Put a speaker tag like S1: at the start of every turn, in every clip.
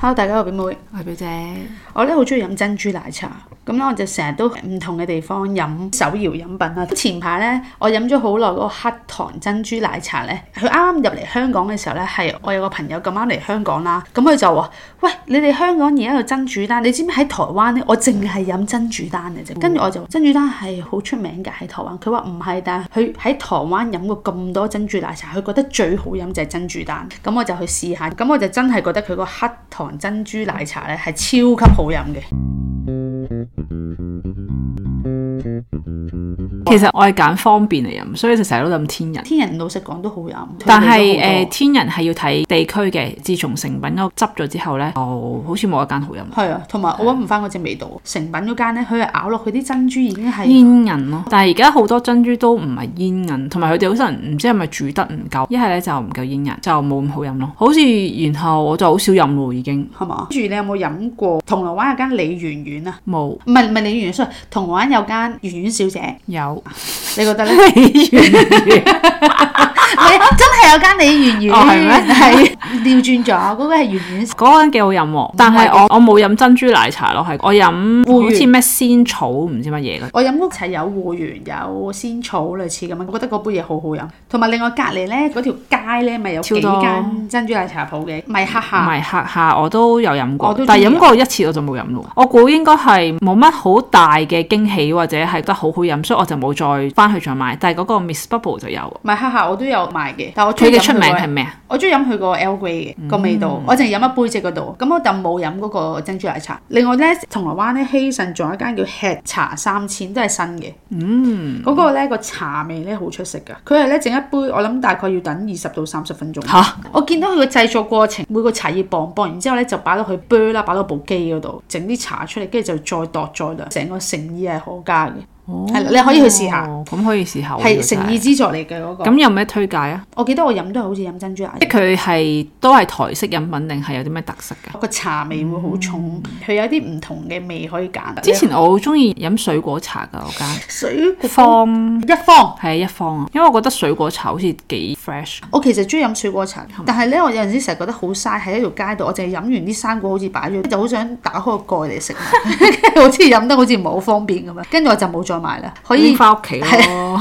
S1: Hello，大家好，我表妹，
S2: 我係表姐，
S1: 我咧好中意飲珍珠奶茶，咁咧我就成日都唔同嘅地方飲手搖飲品啦。前排咧，我飲咗好耐嗰個黑糖珍珠奶茶咧，佢啱啱入嚟香港嘅時候咧，係我有個朋友咁啱嚟香港啦，咁佢就話：喂，你哋香港而家有珍珠丹，你知唔知喺台灣咧？我淨係飲珍珠丹嘅
S2: 哦
S1: 啫。跟住我就話珍珠丹係好出名㗎喺台灣，佢話唔係，但係佢喺台灣飲過咁多珍珠奶茶，佢覺得最好飲就係珍珠丹。咁我就去試下，咁我就真係覺得佢個黑糖珍珠奶茶咧係超級好飲嘅。
S2: 其實我係揀方便嚟啊飲，所以就成日都飲天人。
S1: 天人老實講都好飲，
S2: 但
S1: 佢哋
S2: 係誒、
S1: 都好多
S2: 天人係要睇地區嘅。自從成品嗰個執咗之後咧，哦，好似冇一間好飲。
S1: 係啊，同埋我揾唔翻嗰隻味道。成品嗰間咧，佢係咬落去啲珍珠已經係
S2: 煙韌咯，但係而家好多珍珠都唔係煙韌，同埋佢哋好多人唔知係咪煮得唔夠，一係咧就唔夠煙韌，就冇咁好飲咯。好似然後我就好少飲咯，已經
S1: 係嘛？跟住你有冇飲過銅鑼灣有間李圓圓啊？
S2: 冇
S1: 唔係唔係李圓圓，sorry，銅鑼灣有間圓圓小姐，
S2: 有。
S1: 你覺得咧？ 係啊真係有間李圓圓，
S2: 哦係咩
S1: 係 調轉咗，嗰個係圓圓。
S2: 嗰間幾好飲喎，但係我我冇飲珍珠奶茶咯，係我
S1: 芋
S2: 飲好似咩仙草唔知乜嘢嘅。
S1: 我飲嗰齊有芋圓，有仙草類似咁樣，我覺得嗰杯嘢好好飲。同埋另外隔離咧，嗰條街咧咪有幾
S2: 超多
S1: 間珍珠奶茶鋪嘅，米克
S2: 唔
S1: 夏。
S2: 係客下啊我都有飲
S1: 我
S2: 過
S1: 都，
S2: 但係
S1: 中意
S2: 飲過一次我就冇飲咯。我估應該係冇乜好大嘅驚喜或者係覺得好好飲，所以我就冇再翻去再買。但係嗰個 Miss Bubble 就有，
S1: 米克夏我都有買嘅，但我
S2: 佢
S1: 最
S2: 嘅出名係咩啊？
S1: 我中意飲佢個 L Grey
S2: 嗯
S1: 嘅個味道，我淨係飲一杯啫嗰度，咁我就冇飲嗰個珍珠奶茶。另外咧，銅鑼灣咧希慎仲有一間叫吃茶三千，都係新嘅。嗯，嗰個咧個茶味咧好出色㗎，佢係咧整一杯，我諗大概要等二十到三十分鐘。
S2: 嚇！
S1: 我見到佢個製作過程，每個茶葉磅磅完之後咧，就擺落去杯啦，擺落部機嗰度，整啲茶出嚟，跟住就再度再量，成個誠意係可嘉嘅，係啦、你可以去試下，
S2: 哦咁可以試下喎。
S1: 係
S2: 呢個真
S1: 誠意之作嚟嘅嗰個。
S2: 咁有咩推介啊？
S1: 我記得我飲都係好似飲珍珠奶茶
S2: 即係佢係都係台式飲品定係有啲咩特色㗎？
S1: 個茶味會好重，佢、有啲唔同嘅味可以揀。
S2: 嗯之前我好中意飲水果茶㗎，我間
S1: 水果
S2: 方
S1: 一方，
S2: 係一方啊，因為我覺得水果茶好似幾 fresh。
S1: 我其實中意飲水果茶，但係咧我有陣時成日覺得好嘥喺一條街度，我淨係飲完啲生果好似擺咗，就好想打開個蓋嚟食， 好似飲得好似唔係好方便咁樣，跟住我就冇再買啦。可以
S2: 拎翻屋企咯，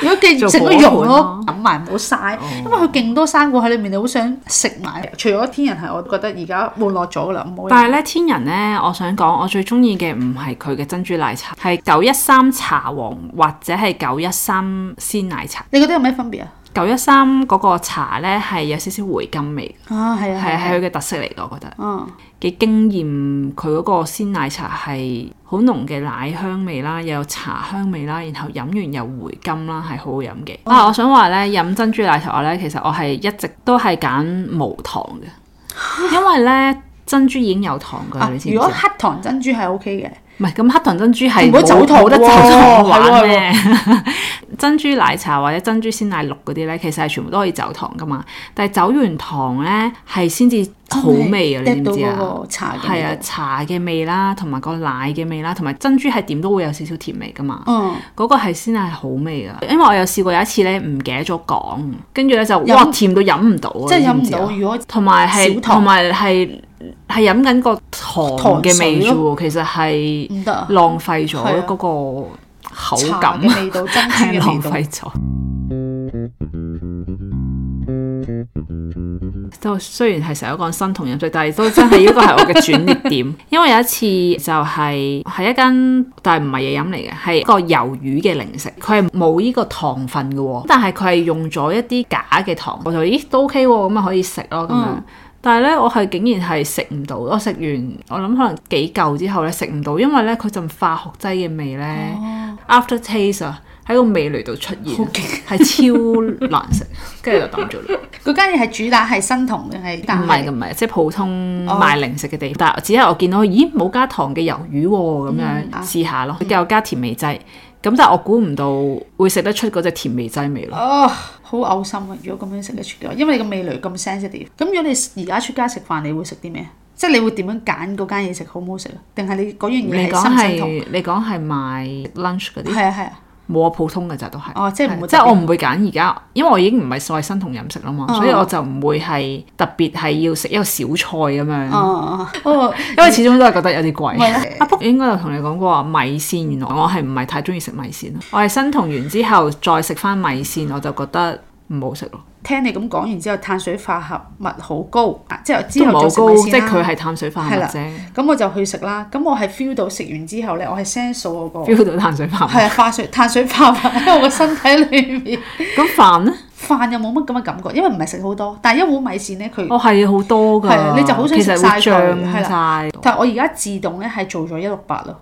S1: 如果記住
S2: 做啊
S1: 食都
S2: 果
S1: 用
S2: 盤
S1: 咯
S2: 咯，
S1: 飲埋唔好嘥，
S2: 哦
S1: 因為佢勁多生果喺裏面，你好想食埋。除咗天人係，我覺得而家沒落咗啦，唔好飲。
S2: 但係咧天人咧，我想講我最中意嘅唔係佢嘅珍珠奶茶，係九一三茶王或者係九一三鮮奶茶。
S1: 你覺得有咩分別啊？
S2: 九一三嗰個茶咧係有少少回甘味，
S1: 啊，係啊，
S2: 係係
S1: 係啊，
S2: 佢嘅特色嚟嘅，我覺得
S1: 嗯。
S2: 幾驚豔。佢嗰個鮮奶茶係好濃嘅奶香味啦，又有茶香味啦，然後飲完又回甘啦，係好好飲嘅。
S1: 哦
S2: 啊，我想話咧，飲珍珠奶茶咧，其實我係一直都係揀無糖嘅，因為咧珍珠已經有糖㗎啦，
S1: 啊
S2: 你知唔知
S1: 如果黑糖珍珠係 O K 嘅，
S2: 唔係咁黑糖珍珠係
S1: 唔好
S2: 冇
S1: 走糖
S2: 冇得
S1: 喎
S2: 走糖
S1: 係喎
S2: 玩咩？ 珍珠奶茶或者珍珠鮮奶綠嗰啲咧，其實係全部都可以走糖噶嘛。但係走完糖咧係先至好味啊！
S1: 真係
S2: 你知唔知
S1: 嗒哦到
S2: 啊？
S1: 嗰個茶嘅味
S2: 係
S1: 道
S2: 啊，茶嘅味啦，同埋個奶嘅味啦，同埋珍珠係點都會有少少甜味噶嘛。
S1: 嗯，
S2: 嗰個係先係好味噶，因為我有試過有一次咧唔記得咗講，跟住咧就
S1: 飲
S2: 哇甜到飲唔到啊！
S1: 即係
S2: 你知
S1: 飲
S2: 唔
S1: 唔
S2: 知啊
S1: 到。如果
S2: 同埋係
S1: 少糖
S2: 同埋係係飲緊個糖嘅味啫
S1: 糖水
S2: 喎，其實係
S1: 唔得啊，
S2: 浪費咗
S1: 係啊
S2: 嗰個口
S1: 茶
S2: 感，啊
S1: 嘅味道、珍珠
S2: 係
S1: 嘅味
S2: 浪
S1: 道。
S2: 費咗。都雖然係成日都講生酮飲水，但係都真係呢個係我嘅轉捩 點。因為有一次就係、係一間，但係唔係嘢飲嚟嘅，係一個魷魚嘅零食，佢係冇呢個糖分嘅喎，但係佢係用咗一啲假嘅糖，我就咦都 OK 喎，咁咪可以食咯咁樣。
S1: 嗯
S2: 但係咧，我係竟然係食唔到，我食完我諗可能幾嚿之後咧食唔到，因為咧佢陣化學劑嘅味咧、after taste 啊喺個味蕾度出
S1: 好
S2: 現，
S1: 勁！
S2: 係超難 食，跟住就抌咗啦。
S1: 嗰間嘢係主打係生酮定係？ 但
S2: 唔係嘅，唔係，即係普通
S1: 哦
S2: 賣零食嘅地方。但係只係我見到，咦冇加糖嘅魷魚喎，咁
S1: 嗯啊
S2: 樣試下咯，又加甜味劑。咁但係我估唔到會食得出嗰隻甜味劑味咯。
S1: 哦，好嘔心啊！如果咁樣食得出嘅話，因為你個味蕾咁 sensitive。咁如果你而家出街食飯，你會食啲咩？即係你會點樣揀嗰間嘢食好唔好食啊？定係你嗰樣
S2: 你
S1: 嘢
S2: 講
S1: 係深唔深同？
S2: 係你講係賣 lunch 嗰啲，
S1: 係啊係啊，
S2: 冇啊，普通嘅咋都係。
S1: 哦即係唔會
S2: 係
S1: 特別
S2: 即係我唔會揀而家，因為我已經唔係所謂生酮飲食啦嘛，
S1: 哦
S2: 所以我就唔會係特別係要食一個小菜咁樣。
S1: 哦哦，
S2: 因為始終都係覺得有啲貴
S1: 唔係啊。
S2: 阿福應該有同你講過話米線，原來我係唔係太中意食米線咯。啊我係生酮完之後再食翻米線，我就覺得唔好食咯，
S1: 聽你咁講完之後，碳水化合物好高，啊之後
S2: 都
S1: 之
S2: 唔
S1: 後
S2: 係
S1: 再食
S2: 好高，
S1: 米
S2: 即
S1: 線
S2: 係
S1: 啦
S2: 佢係碳水化合
S1: 係
S2: 物
S1: 啦
S2: 啫
S1: 咁我就去食啦。咁我係 feel 到食完之後咧，我係 sense 到我個
S2: ，feel 到碳水化合物。
S1: 係啊化水碳水化合物喺我個身體裏面。
S2: 咁飯咧，
S1: 飯又冇乜咁嘅感覺，因為唔係食好多，但係一碗米線咧佢。
S2: 我哦係好多
S1: 係啊
S2: 㗎，
S1: 你就好想
S2: 其實
S1: 食晒
S2: 會
S1: 佢
S2: 漲
S1: 係
S2: 晒。
S1: 但係我而家自動咧係做咗一六八咯，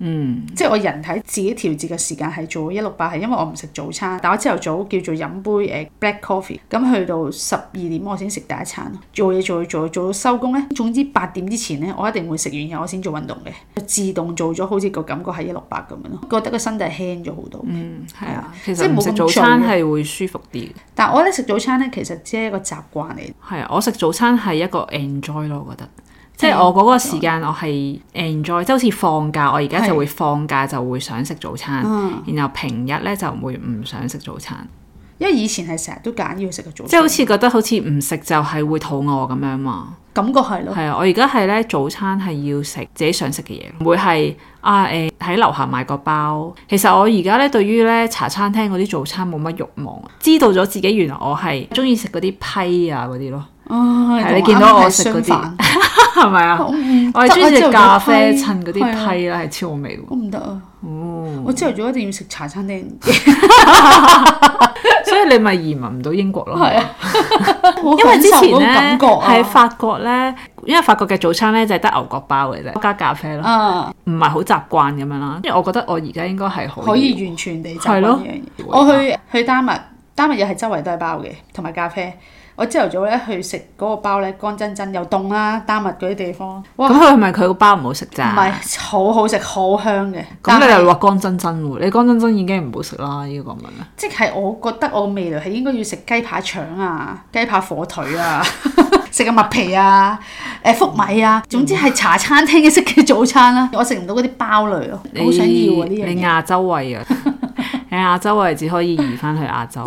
S2: 嗯，
S1: 即係我人體自己調節嘅時間係做一六八，係因為我唔食早餐，但我朝頭早叫做飲杯誒 black coffee，咁去到十二點我先食第一餐咯。做嘢做嘢做嘢做到收工咧，總之八點之前咧，我一定會食完嘢我先做運動嘅，自動做咗好似個感覺係一六八咁樣咯，覺得個身體輕咗好多。
S2: 係啊，其
S1: 即係
S2: 實唔
S1: 冇
S2: 食
S1: 咁啊
S2: 早餐
S1: 醉
S2: 係會舒服啲嘅。
S1: 但係我覺得食早餐咧其實只係一個習慣嚟，
S2: 係啊，我食早餐係一個 enjoy 咯，我覺得。即係我嗰個時間，我係 enjoy，即係好似放假，我而家就會放假就會想食早餐，然後平日咧就會唔想食早餐，
S1: 因為以前係成日都揀要食個早餐，
S2: 即係好似覺得好似唔食就係會肚餓咁樣嘛。
S1: 感覺係咯。
S2: 係啊，我而家係咧早餐係要食自己想食嘅嘢，唔會係啊誒喺、樓下買個包。其實我而家咧對於咧茶餐廳嗰啲早餐冇乜慾望，知道咗自己原來我係中意食嗰啲批啊嗰啲咯，
S1: 唉
S2: 係你
S1: 啊同
S2: 見到
S1: 啱啱
S2: 我
S1: 係
S2: 食嗰啲
S1: 相反
S2: 係咪啊？
S1: 我唔
S2: 我係中意食咖啡襯嗰
S1: 係
S2: 啲
S1: 啊
S2: 批啦，係超好味喎。
S1: 我唔得啊！我朝頭早一定要食茶餐 廳，
S2: 所以你咪移民唔到英國咯。
S1: 係啊，因
S2: 因為之前咧
S1: 感覺啊
S2: 係法國咧，因為法國嘅早餐咧就係得牛角包嘅啫，加咖啡咯，
S1: 啊，
S2: 唔係好習慣咁樣啦。因為我覺得我而家應該係
S1: 可以完全地習慣
S2: 係咯
S1: 呢樣嘢。我去去丹麥，丹麥又係周圍都係包嘅，同埋咖啡。我朝頭早咧去食嗰個包咧，乾真真又凍啦，丹麥嗰啲地方，哇，
S2: 咁
S1: 唔
S2: 佢係咪佢個包唔好食咋？
S1: 係好好食，好香嘅。
S2: 啊咁
S1: 但
S2: 你
S1: 係
S2: 又話乾真真喎？你乾真真已經唔好食啦，呢個咁樣。
S1: 即係我覺得我未來係應該要食雞扒腸啊、雞扒火腿啊、 食個麥皮啊、誒粟米啊，總之係茶餐廳嘅式嘅早餐啦、我食唔到嗰啲包類咯，
S2: 你
S1: 好想要啊呢樣
S2: 你
S1: 嘢。
S2: 亞洲 胃啊，你亞洲胃只可以移翻去亞洲。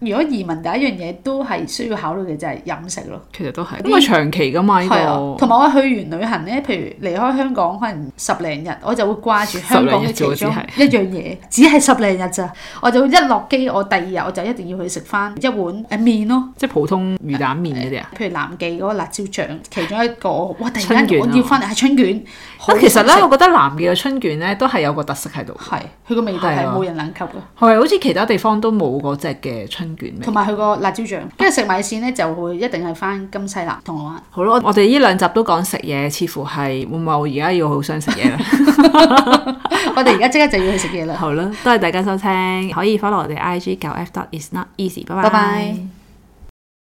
S1: 如果移民第一樣嘢都係需要考慮嘅就係飲食咯。
S2: 其實都係，因為長期噶嘛呢
S1: 係啊，
S2: 個
S1: 同。埋我去完旅行咧，譬如離開香港可能十零日，我就會掛住香港嘅其
S2: 十零
S1: 中
S2: 日
S1: 一樣嘢，只係十零日咋，我就一落機，我第二日我就一定要去食翻一碗誒面咯。
S2: 即係普通魚蛋麵嗰啲啊。
S1: 譬如南記嗰個辣椒醬，其中一個，哇！突
S2: 春
S1: 然
S2: 卷
S1: 間
S2: 啊
S1: 我要翻嚟係春卷，好
S2: 其實咧，
S1: 好食
S2: 我覺得南記嘅春卷咧都係有個特色喺度，
S1: 係佢個味道
S2: 係
S1: 係
S2: 啊
S1: 冇人能及嘅，
S2: 係好似其他地方都冇嗰只嘅春卷味
S1: 同。埋佢個辣椒 醬，跟住食米線咧就會一定係翻金西南銅鑼灣。
S2: 好咯，我哋呢兩集都講食嘢，似乎係會唔會我而家要好想食 嘢咧？
S1: 我哋而家即刻就要去食嘢啦，
S2: 好啦，多謝大家收聽，可以 follow 我哋 IG 九 F dot is not easy，拜
S1: 拜拜。